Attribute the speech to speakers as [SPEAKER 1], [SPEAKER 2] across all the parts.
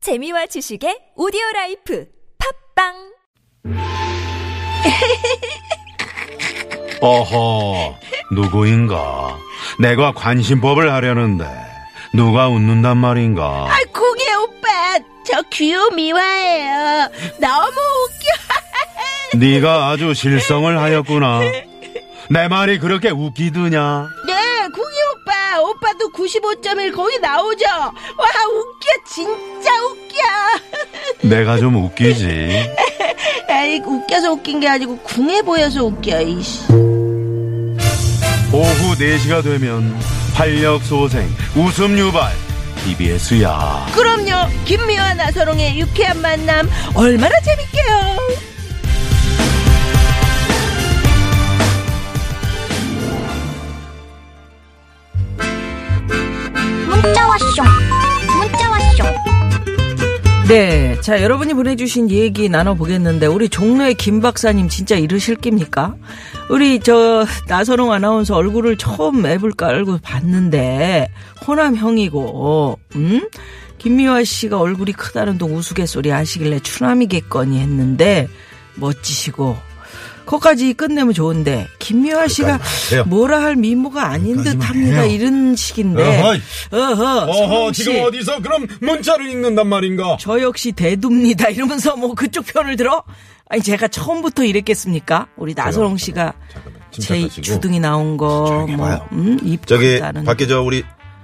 [SPEAKER 1] 재미와 지식의 오디오 라이프 팝빵
[SPEAKER 2] 어허, 누구인가? 내가 관심법을 하려는데 누가 웃는단 말인가?
[SPEAKER 3] 아, 공예 오빠, 저 귀요 미화예요. 너무 웃겨.
[SPEAKER 2] 네가 아주 실성을 하였구나. 내 말이 그렇게 웃기드냐?
[SPEAKER 3] 네, 공예 오빠, 오빠도 95.1 거기 나오죠. 와, 웃겨, 진짜 웃겨.
[SPEAKER 2] 내가 좀 웃기지.
[SPEAKER 3] 아이, 웃겨서 웃긴 게 아니고 궁해 보여서 웃겨. 이씨.
[SPEAKER 2] 오후 4시가 되면 활력 소생, 웃음 유발, TBS야.
[SPEAKER 3] 그럼요, 김미화 나서롱의 유쾌한 만남 얼마나 재밌게요.
[SPEAKER 4] 문자 왔쇼 문자 왔쇼
[SPEAKER 5] 네. 자, 여러분이 보내주신 얘기 나눠보겠는데, 우리 종로의 김 박사님 진짜 이러실 깁니까? 우리 저, 나선홍 아나운서 얼굴을 처음 앱을 깔고 봤는데, 호남형이고, 음? 김미화 씨가 얼굴이 크다는 둥 우스갯소리 하시길래 추남이겠거니 했는데, 멋지시고, 거까지 끝내면 좋은데, 김미화 씨가
[SPEAKER 2] 해요.
[SPEAKER 5] 뭐라 할 미모가 아닌 듯
[SPEAKER 2] 거기까지만
[SPEAKER 5] 합니다.
[SPEAKER 2] 해요.
[SPEAKER 5] 이런 식인데.
[SPEAKER 2] 어허이.
[SPEAKER 5] 어허. 선홍 씨.
[SPEAKER 2] 어디서 그럼 문자를 읽는단 말인가?
[SPEAKER 5] 저 역시 대두입니다. 이러면서 뭐 그쪽 편을 들어? 아니 제가 처음부터 이랬겠습니까? 우리 나선홍 씨가
[SPEAKER 6] 잠깐만,
[SPEAKER 5] 제
[SPEAKER 6] 네, 침착하시고.
[SPEAKER 5] 주둥이 나온 거,
[SPEAKER 6] 조용히
[SPEAKER 5] 뭐,
[SPEAKER 6] 해봐요.
[SPEAKER 5] 음, 입
[SPEAKER 6] 저기
[SPEAKER 5] 다는
[SPEAKER 6] 밖에 저 우리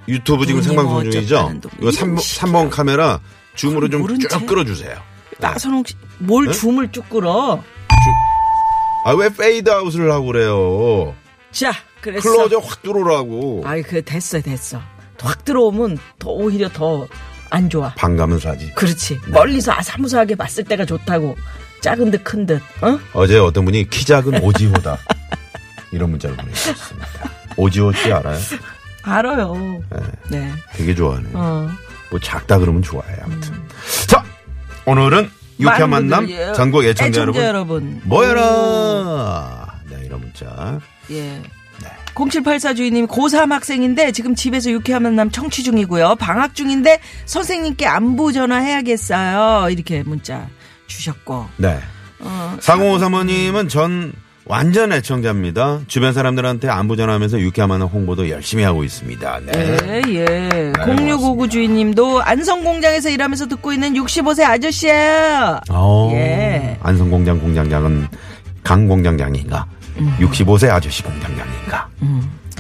[SPEAKER 6] 유튜브 지금
[SPEAKER 5] 눈이 뭐
[SPEAKER 6] 생방송 중이죠.
[SPEAKER 5] 어쩌다는 또
[SPEAKER 6] 이거 3번,
[SPEAKER 5] 이런
[SPEAKER 6] 삼번 카메라 줌으로 좀
[SPEAKER 5] 모른
[SPEAKER 6] 쭉
[SPEAKER 5] 채.
[SPEAKER 6] 끌어주세요.
[SPEAKER 5] 나선홍 씨뭘 줌을 쭉 끌어?
[SPEAKER 6] 아 왜 페이드 아웃을 하고 그래요?
[SPEAKER 5] 자, 그래서
[SPEAKER 6] 클로저 확 들어오라고.
[SPEAKER 5] 아이 그 됐어 됐어. 확 들어오면 더 오히려 더 안 좋아.
[SPEAKER 6] 반감은 사지.
[SPEAKER 5] 그렇지. 멀리서 아사무사하게 봤을 때가 좋다고. 작은 듯 큰 듯. 어?
[SPEAKER 6] 어제 어떤 분이 키 작은 오지호다 이런 문자를 보내주셨습니다. 오지호 씨 알아요?
[SPEAKER 5] 알아요. 네.
[SPEAKER 6] 되게 좋아하네요.
[SPEAKER 5] 어. 음.
[SPEAKER 6] 뭐 작다 그러면 좋아해 아무튼. 자 오늘은 유쾌한
[SPEAKER 5] 많은
[SPEAKER 6] 만남
[SPEAKER 5] 분들이, 예,
[SPEAKER 6] 전국 애청자 여러분
[SPEAKER 5] 여러분.
[SPEAKER 6] 모여라. 네 이런 문자.
[SPEAKER 5] 예.
[SPEAKER 6] 네.
[SPEAKER 5] 0784 주인님 고3 학생인데 지금 집에서 유쾌한 만남 청취 중이고요. 방학 중인데 선생님께 안부 전화해야겠어요. 이렇게 문자 주셨고.
[SPEAKER 6] 네.
[SPEAKER 5] 어,
[SPEAKER 6] 사공오 사모님은 전 완전 애청자입니다. 주변 사람들한테 안부 전하면서 유쾌한 홍보도 열심히 하고 있습니다. 네.
[SPEAKER 5] 예, 예. 0659 주인님도 안성공장에서 일하면서 듣고 있는 65세 아저씨예요.
[SPEAKER 6] 어,
[SPEAKER 5] 예.
[SPEAKER 6] 안성공장 공장장은 강공장장인가?
[SPEAKER 5] 음.
[SPEAKER 6] 65세 아저씨 공장장인가?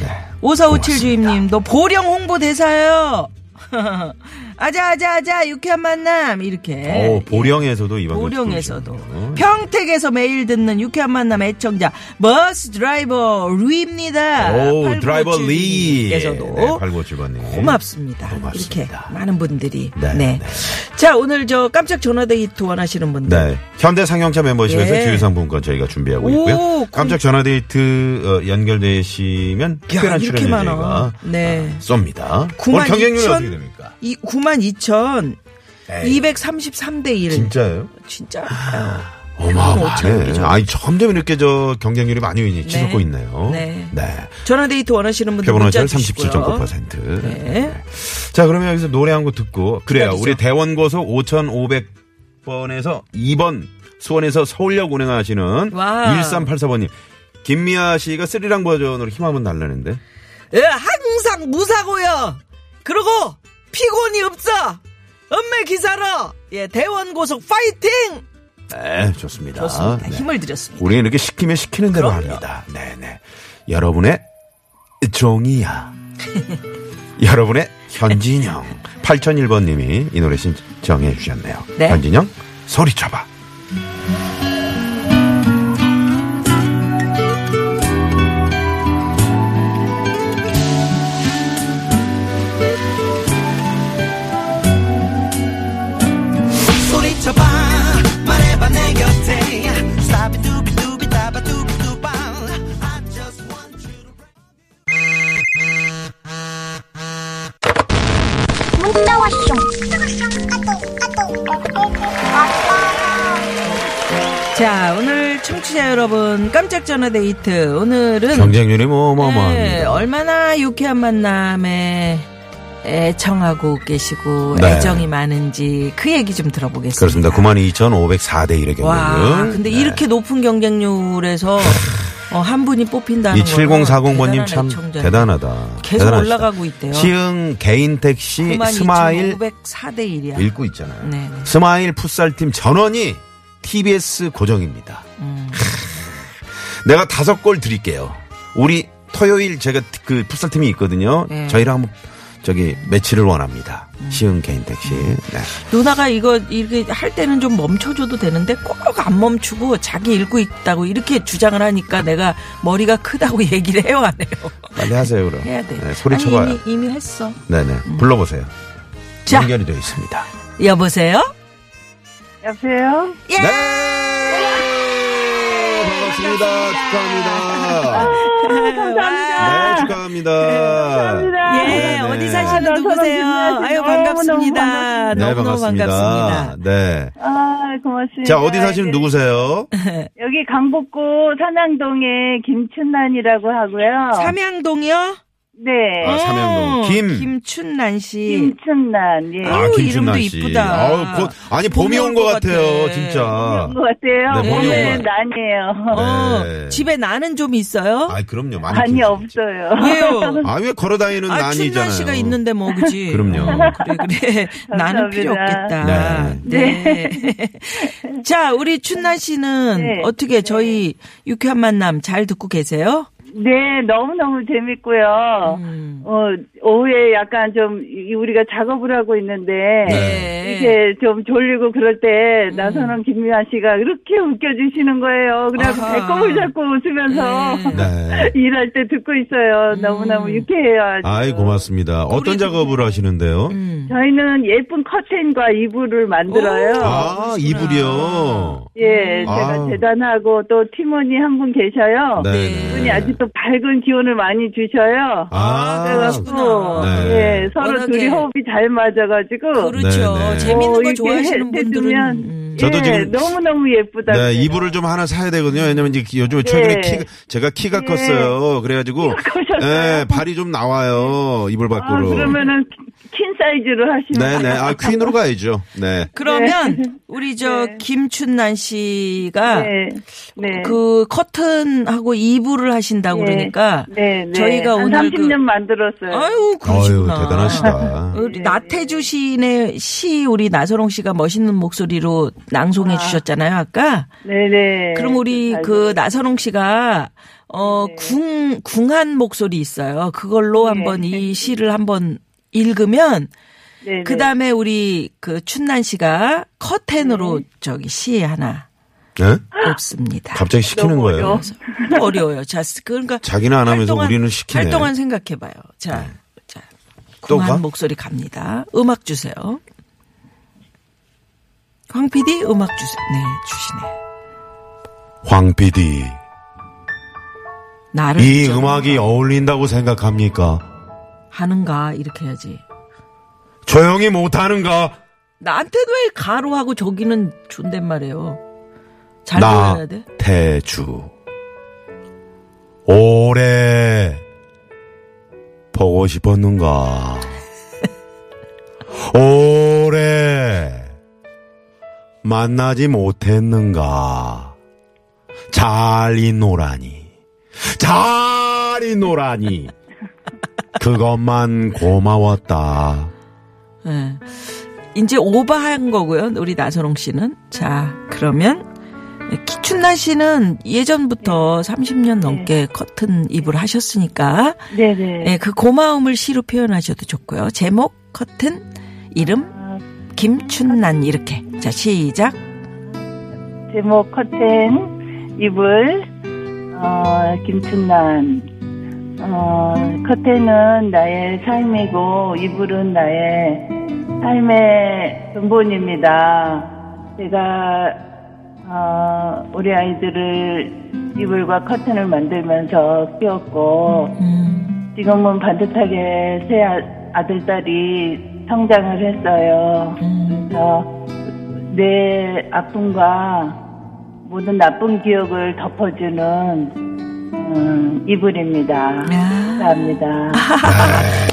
[SPEAKER 6] 네.
[SPEAKER 5] 5457
[SPEAKER 6] 고맙습니다.
[SPEAKER 5] 주임님도 보령 홍보 대사요. 아자 아자 아자 유쾌한 만남 이렇게.
[SPEAKER 6] 어, 보령에서도 이번
[SPEAKER 5] 보령에서도 평택에서 매일 듣는 유쾌한 만남 애청자 버스 드라이버 루입니다.
[SPEAKER 6] 오, 드라이버 리.
[SPEAKER 5] 에서도
[SPEAKER 6] 네, 8957번님.
[SPEAKER 5] 고맙습니다.
[SPEAKER 6] 고맙습니다.
[SPEAKER 5] 이렇게 많은 분들이
[SPEAKER 6] 네,
[SPEAKER 5] 네.
[SPEAKER 6] 네.
[SPEAKER 5] 자 오늘 저 깜짝 전화 데이트 원하시는 분들
[SPEAKER 6] 네. 현대 상용차 멤버십에서
[SPEAKER 5] 예.
[SPEAKER 6] 주유상품권 저희가 준비하고
[SPEAKER 5] 오,
[SPEAKER 6] 있고요.
[SPEAKER 5] 공-
[SPEAKER 6] 깜짝 전화데이트 어, 연결되시면 특별한
[SPEAKER 5] 이렇게
[SPEAKER 6] 출연료
[SPEAKER 5] 많아.
[SPEAKER 6] 저희가
[SPEAKER 5] 네.
[SPEAKER 6] 아, 쏩니다.
[SPEAKER 5] 구만
[SPEAKER 6] 오늘 경쟁률이
[SPEAKER 5] 이천?
[SPEAKER 6] 어떻게 됩니까?
[SPEAKER 5] 이 92,000
[SPEAKER 6] 에이,
[SPEAKER 5] 233대 1
[SPEAKER 6] 진짜요?
[SPEAKER 5] 진짜 음,
[SPEAKER 6] 어마어마하네.
[SPEAKER 5] 오천
[SPEAKER 6] 아니, 점점 이렇게 저 경쟁률이 많이 치솟고 있네요.
[SPEAKER 5] 네. 전화 데이트 원하시는 분들
[SPEAKER 6] 표본오차
[SPEAKER 5] 문자 주시고요.
[SPEAKER 6] 37.9%.
[SPEAKER 5] 네.
[SPEAKER 6] 자, 그러면 여기서 노래 한 곡 듣고 그래요.
[SPEAKER 5] 기다리죠.
[SPEAKER 6] 우리 대원고속 5,500번에서 2번 수원에서 서울역 운행하시는
[SPEAKER 5] 와우.
[SPEAKER 6] 1384번님. 김미아 씨가 스리랑 버전으로 힘 한번 달라는데.
[SPEAKER 5] 예, 항상 무사고요. 그리고 피곤이 없어. 엄매 기사로 예 대원 고속 파이팅.
[SPEAKER 6] 네, 좋습니다.
[SPEAKER 5] 좋습니다.
[SPEAKER 6] 네.
[SPEAKER 5] 힘을 드렸습니다.
[SPEAKER 6] 우리는 이렇게 시키면 시키는 대로
[SPEAKER 5] 그럼요.
[SPEAKER 6] 합니다. 네, 네. 여러분의 종이야. 여러분의 현진영. 8001번 님이 이 노래 신청해 주셨네요.
[SPEAKER 5] 네.
[SPEAKER 6] 현진영, 소리쳐봐.
[SPEAKER 7] 소리쳐봐 말해봐 내 곁에 사비두비두비다바두비두바 I just want you to
[SPEAKER 4] 문자 왔쇼 까똑 까똑
[SPEAKER 5] 자 오늘 청취자 여러분 깜짝 전화 데이트 오늘은 예,
[SPEAKER 6] 경쟁률이 뭐 어마어마합니다.
[SPEAKER 5] 네, 얼마나 유쾌한 만남에 애청하고 계시고
[SPEAKER 6] 네.
[SPEAKER 5] 애정이 많은지 그 얘기 좀 들어보겠습니다.
[SPEAKER 6] 그렇습니다. 92,504대 네. 1의
[SPEAKER 5] 와,
[SPEAKER 6] 경우는.
[SPEAKER 5] 근데 이렇게 높은 경쟁률에서 어, 한 분이 뽑힌다는
[SPEAKER 6] 이 7040번님
[SPEAKER 5] 거는
[SPEAKER 6] 참
[SPEAKER 5] 대단한 애청자.
[SPEAKER 6] 대단하다.
[SPEAKER 5] 계속
[SPEAKER 6] 대단하시다.
[SPEAKER 5] 올라가고 있대요.
[SPEAKER 6] 시흥 개인 택시 스마일
[SPEAKER 5] 92,504대 1이야.
[SPEAKER 6] 읽고 있잖아요.
[SPEAKER 5] 네, 네.
[SPEAKER 6] 스마일 풋살팀 전원이 TBS 고정입니다.
[SPEAKER 5] 음.
[SPEAKER 6] 내가 다섯 골 드릴게요. 우리 토요일 제가 그 풋살팀이 있거든요.
[SPEAKER 5] 네. 음.
[SPEAKER 6] 저희랑 한번 저기 매치를 원합니다. 시흥 개인 택시. 네.
[SPEAKER 5] 누나가 이거 이렇게 할 때는 좀 멈춰줘도 되는데 꼭 안 멈추고 자기 읽고 있다고 이렇게 주장을 하니까 내가 머리가 크다고 얘기를 해요 안 해요?
[SPEAKER 6] 빨리 하세요, 그럼.
[SPEAKER 5] 해야 돼.
[SPEAKER 6] 네, 소리
[SPEAKER 5] 아니,
[SPEAKER 6] 쳐봐요.
[SPEAKER 5] 이미, 이미 했어.
[SPEAKER 6] 네네. 불러보세요.
[SPEAKER 5] 자.
[SPEAKER 6] 연결이 되어 있습니다.
[SPEAKER 5] 여보세요?
[SPEAKER 8] 여보세요?
[SPEAKER 6] 네! 반갑습니다. 축하합니다. 네, 축하합니다.
[SPEAKER 5] 예,
[SPEAKER 6] 네, 네.
[SPEAKER 5] 어디 사시는
[SPEAKER 8] 아,
[SPEAKER 5] 누구세요?
[SPEAKER 8] 나 사람
[SPEAKER 5] 아유,
[SPEAKER 8] 너무너무
[SPEAKER 5] 반갑습니다.
[SPEAKER 6] 네,
[SPEAKER 5] 너무너무
[SPEAKER 6] 반갑습니다.
[SPEAKER 5] 반갑습니다.
[SPEAKER 6] 네.
[SPEAKER 8] 아,
[SPEAKER 3] 네,
[SPEAKER 8] 고맙습니다.
[SPEAKER 6] 자, 어디 사시는 누구세요?
[SPEAKER 8] 여기 강북구 산양동에 김춘란이라고
[SPEAKER 3] 어.
[SPEAKER 8] 하고요.
[SPEAKER 5] 삼양동이요?
[SPEAKER 8] 네.
[SPEAKER 6] 아, 삼양동.
[SPEAKER 5] 어,
[SPEAKER 6] 김.
[SPEAKER 5] 김춘란 씨.
[SPEAKER 8] 김춘란, 예.
[SPEAKER 5] 아우, 이름도 이쁘다.
[SPEAKER 6] 아우, 곧, 아니, 봄이 온 것 같아요, 진짜.
[SPEAKER 8] 그런 것 같아요.
[SPEAKER 6] 네,
[SPEAKER 5] 봄이
[SPEAKER 8] 네,
[SPEAKER 6] 온것
[SPEAKER 8] 난이에요.
[SPEAKER 5] 어,
[SPEAKER 6] 네.
[SPEAKER 5] 집에 나는 좀 있어요?
[SPEAKER 6] 아, 그럼요. 많이.
[SPEAKER 8] 아니,
[SPEAKER 6] 키우지.
[SPEAKER 8] 없어요.
[SPEAKER 5] 왜요?
[SPEAKER 6] 아, 왜 걸어다니는
[SPEAKER 5] 아,
[SPEAKER 6] 난이잖아요.
[SPEAKER 5] 춘란 씨가 있는데 뭐, 그지?
[SPEAKER 6] 그럼요.
[SPEAKER 5] 어, 그래, 그래. 나는 필요 없겠다. 네. 자, 우리 춘란 씨는
[SPEAKER 8] 네.
[SPEAKER 5] 어떻게 저희 유쾌한 만남 잘 듣고 계세요?
[SPEAKER 8] 네, 너무너무 재밌고요.
[SPEAKER 5] 음.
[SPEAKER 8] 어, 오후에 약간 좀, 이- 우리가 작업을 하고 있는데,
[SPEAKER 5] 네. 음.
[SPEAKER 8] 이렇게 좀 졸리고 그럴 때, 나선홍 김미아 씨가 이렇게 웃겨주시는 거예요. 그래서
[SPEAKER 5] 아하.
[SPEAKER 8] 배꼽을 잡고 웃으면서.
[SPEAKER 5] 네.
[SPEAKER 6] 네.
[SPEAKER 8] 일할 때 듣고 있어요. 너무너무 유쾌해요. 아주.
[SPEAKER 6] 아이, 고맙습니다. 어떤 작업을 하시는데요?
[SPEAKER 5] 음.
[SPEAKER 8] 저희는 예쁜 커튼과 이불을 만들어요.
[SPEAKER 6] 아, 이불이요.
[SPEAKER 8] 예, 제가
[SPEAKER 6] 아.
[SPEAKER 8] 대단하고 또 팀원이 한 분 계셔요.
[SPEAKER 6] 네네.
[SPEAKER 8] 그분이 아직도 밝은 기운을 많이 주셔요.
[SPEAKER 6] 아,
[SPEAKER 8] 그래가지고
[SPEAKER 6] 네.
[SPEAKER 8] 예, 서로
[SPEAKER 5] 워낙에.
[SPEAKER 8] 둘이 호흡이 잘 맞아가지고
[SPEAKER 5] 그렇죠.
[SPEAKER 6] 네, 네.
[SPEAKER 5] 재밌는
[SPEAKER 8] 어,
[SPEAKER 5] 거
[SPEAKER 8] 이렇게
[SPEAKER 5] 좋아하시는 분들은.
[SPEAKER 8] 해주면
[SPEAKER 5] 음.
[SPEAKER 6] 저도
[SPEAKER 8] 예,
[SPEAKER 6] 지금-
[SPEAKER 8] 너무너무 예쁘다.
[SPEAKER 6] 네,
[SPEAKER 8] 그래요.
[SPEAKER 6] 이불을 좀 하나 사야 되거든요. 왜냐면 이제 요즘에 최근에
[SPEAKER 8] 예.
[SPEAKER 6] 키가 제가 키가
[SPEAKER 8] 예.
[SPEAKER 6] 컸어요. 그래가지고
[SPEAKER 8] 키가 크셨어요?
[SPEAKER 6] 예, 발이 좀 나와요. 이불
[SPEAKER 8] 아,
[SPEAKER 6] 밖으로.
[SPEAKER 8] 그러면은 킨 사이즈로 하시면
[SPEAKER 6] 네네. 아 퀸으로 가야죠. 네.
[SPEAKER 5] 그러면 우리 저 김춘난 씨가
[SPEAKER 8] 네, 네.
[SPEAKER 5] 아, 그 커튼하고 이불을 하신다고
[SPEAKER 8] 네.
[SPEAKER 5] 그러니까
[SPEAKER 8] 네, 네.
[SPEAKER 5] 저희가
[SPEAKER 8] 한
[SPEAKER 5] 오늘
[SPEAKER 8] 30년
[SPEAKER 5] 그-
[SPEAKER 8] 만들었어요.
[SPEAKER 5] 아유
[SPEAKER 6] 어유
[SPEAKER 5] 그러시구나.
[SPEAKER 6] 대단하시다.
[SPEAKER 8] 네?
[SPEAKER 5] 우리 나태주 시인의 시 우리 나서롱 씨가 멋있는 목소리로 낭송해 주셨잖아요 아까.
[SPEAKER 8] 네네. 네.
[SPEAKER 5] 그럼 우리
[SPEAKER 8] 아이고.
[SPEAKER 5] 그 나선홍 씨가 어궁 궁한 목소리 있어요. 그걸로
[SPEAKER 8] 네.
[SPEAKER 5] 한번 이 시를 한번 읽으면
[SPEAKER 8] 네네.
[SPEAKER 5] 그 다음에 우리 그 춘난 씨가
[SPEAKER 8] 네.
[SPEAKER 5] 커튼으로 저기 시 하나
[SPEAKER 6] 네?
[SPEAKER 5] 없습니다.
[SPEAKER 6] 갑자기 시키는 거예요.
[SPEAKER 5] 어려워요. 자, 그러니까
[SPEAKER 6] 자기는 안 하면서
[SPEAKER 5] 활동한-
[SPEAKER 6] 우리는 시키네. 네.
[SPEAKER 5] 활동한 생각해봐요. 자, 자,
[SPEAKER 6] 또 가?
[SPEAKER 5] 궁한 목소리 갑니다. 음악 주세요. 황 PD 음악 주세요. 네, 주시네.
[SPEAKER 6] 황 PD
[SPEAKER 5] 나를
[SPEAKER 8] 네,
[SPEAKER 6] 이
[SPEAKER 5] 잊어
[SPEAKER 6] 음악이 어울린다고 생각합니까?
[SPEAKER 5] 하는가 이렇게 해야지.
[SPEAKER 6] 조용히 못하는가?
[SPEAKER 5] 나한테도 왜 가로 하고 저기는 존댓말이에요. 잘
[SPEAKER 6] 나
[SPEAKER 5] 불러야 돼.
[SPEAKER 6] 태주 오래 보고 싶었는가 오래 만나지 못했는가 잘이 노라니 잘이 노라니 그것만 고마웠다
[SPEAKER 5] 예. 이제 오버한 거고요. 우리 나선홍 씨는 자 그러면 키춘나 씨는
[SPEAKER 8] 네.
[SPEAKER 5] 예전부터 30년 넘게 커튼 이불 하셨으니까
[SPEAKER 8] 네네.
[SPEAKER 5] 예, 그 고마움을 시로 표현하셔도 좋고요. 제목 커튼 이름
[SPEAKER 8] 아,
[SPEAKER 5] 김춘난 이렇게 자 시작
[SPEAKER 8] 제목 커튼 이불 어, 김춘난 어, 커튼은 나의 삶이고 이불은 나의 삶의 근본입니다. 제가 어, 우리 아이들을 이불과 커튼을 만들면서 키웠고
[SPEAKER 5] 음,
[SPEAKER 8] 지금은 반듯하게 새 아- 아들딸이 성장을 했어요.
[SPEAKER 5] 음,
[SPEAKER 8] 어, 내 아픔과 모든 나쁜 기억을 덮어주는 음, 이불입니다.
[SPEAKER 5] 야.
[SPEAKER 8] 감사합니다.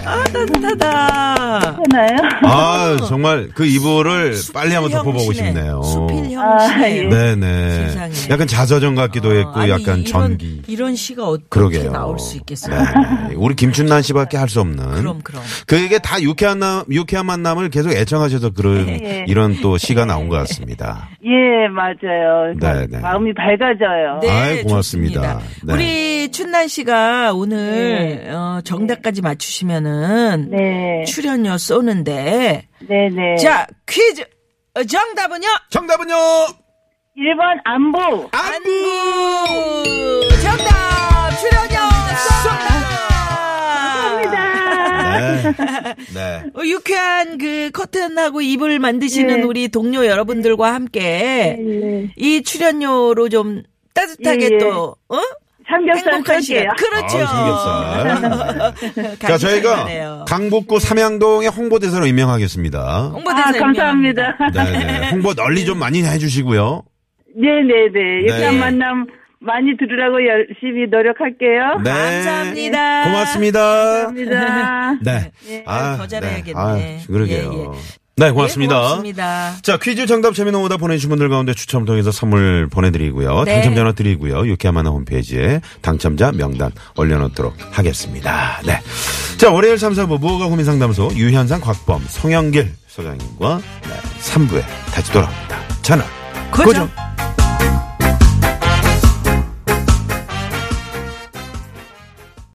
[SPEAKER 5] 아, 따단따다.
[SPEAKER 8] 하나요?
[SPEAKER 6] 아, 정말 그 이불을 빨리 한번 덮어보고 싶네요.
[SPEAKER 5] 수필
[SPEAKER 8] 아,
[SPEAKER 5] 형식의
[SPEAKER 8] 예.
[SPEAKER 6] 네네.
[SPEAKER 5] 세상에. 어,
[SPEAKER 6] 약간 자서전 같기도 했고,
[SPEAKER 5] 아니,
[SPEAKER 6] 약간
[SPEAKER 5] 이런-
[SPEAKER 6] 전기.
[SPEAKER 5] 이런 시가 어떻게
[SPEAKER 6] 그러게요.
[SPEAKER 5] 나올 수 있겠어요?
[SPEAKER 6] 네. 우리 김춘난 씨밖에 할 수 없는.
[SPEAKER 5] 그럼, 그럼.
[SPEAKER 6] 그게 다 유쾌한 남, 유쾌한 만남을 계속 애청하셔서 그런,
[SPEAKER 8] 예.
[SPEAKER 6] 이런 또 시가 나온 것 같습니다.
[SPEAKER 8] 예, 맞아요.
[SPEAKER 6] 네, 네.
[SPEAKER 8] 마음이 밝아져요.
[SPEAKER 5] 네,
[SPEAKER 6] 아이, 고맙습니다.
[SPEAKER 5] 좋습니다.
[SPEAKER 6] 네.
[SPEAKER 5] 우리 춘난 씨가 오늘 어, 정답까지 맞추시면은
[SPEAKER 8] 네,
[SPEAKER 5] 출연료 쏘는데
[SPEAKER 8] 네, 네.
[SPEAKER 5] 자 퀴즈 어, 정답은요
[SPEAKER 6] 정답은요!
[SPEAKER 8] 1번 안보.
[SPEAKER 5] 안구 정답 출연료 쏩니다.
[SPEAKER 6] 네. 네.
[SPEAKER 5] 어, 유쾌한 그 커튼하고 이불 만드시는
[SPEAKER 8] 네.
[SPEAKER 5] 우리 동료 여러분들과 함께
[SPEAKER 8] 네.
[SPEAKER 5] 이 출연료로 좀 따뜻하게
[SPEAKER 8] 예, 예.
[SPEAKER 5] 또 어?
[SPEAKER 8] 삼겹살
[SPEAKER 5] 행복한
[SPEAKER 8] 쏠게요.
[SPEAKER 5] 시간 그렇죠.
[SPEAKER 6] 아우, 삼겹살. 자,
[SPEAKER 5] 간식
[SPEAKER 6] 저희가
[SPEAKER 5] 하네요.
[SPEAKER 6] 강북구 삼양동의 홍보대사로 임명하겠습니다.
[SPEAKER 5] 홍보대사
[SPEAKER 8] 아, 감사합니다.
[SPEAKER 6] 네네. 홍보 널리 좀 많이 해주시고요.
[SPEAKER 8] 네, 네, 네. 유쾌한
[SPEAKER 6] 네.
[SPEAKER 8] 만남 많이 들으라고 열심히 노력할게요.
[SPEAKER 6] 네.
[SPEAKER 5] 감사합니다.
[SPEAKER 6] 고맙습니다.
[SPEAKER 8] 감사합니다.
[SPEAKER 6] 네.
[SPEAKER 5] 더 잘해야겠네.
[SPEAKER 6] 아,
[SPEAKER 5] 예, 예.
[SPEAKER 6] 그러게요. 네, 고맙습니다.
[SPEAKER 5] 예, 고맙습니다.
[SPEAKER 6] 자, 퀴즈 정답 재미는 오다 보내주신 분들 가운데 추첨 통해서 선물 보내드리고요.
[SPEAKER 5] 네.
[SPEAKER 6] 당첨자는 드리고요. 유쾌한 만화 홈페이지에 당첨자 명단 올려놓도록 하겠습니다. 네. 자, 월요일 3, 4부 무허가 고민 상담소 유현상 곽범 성영길 소장님과 네, 3부에 다시 돌아옵니다. 채널
[SPEAKER 5] 고정.
[SPEAKER 6] 고정.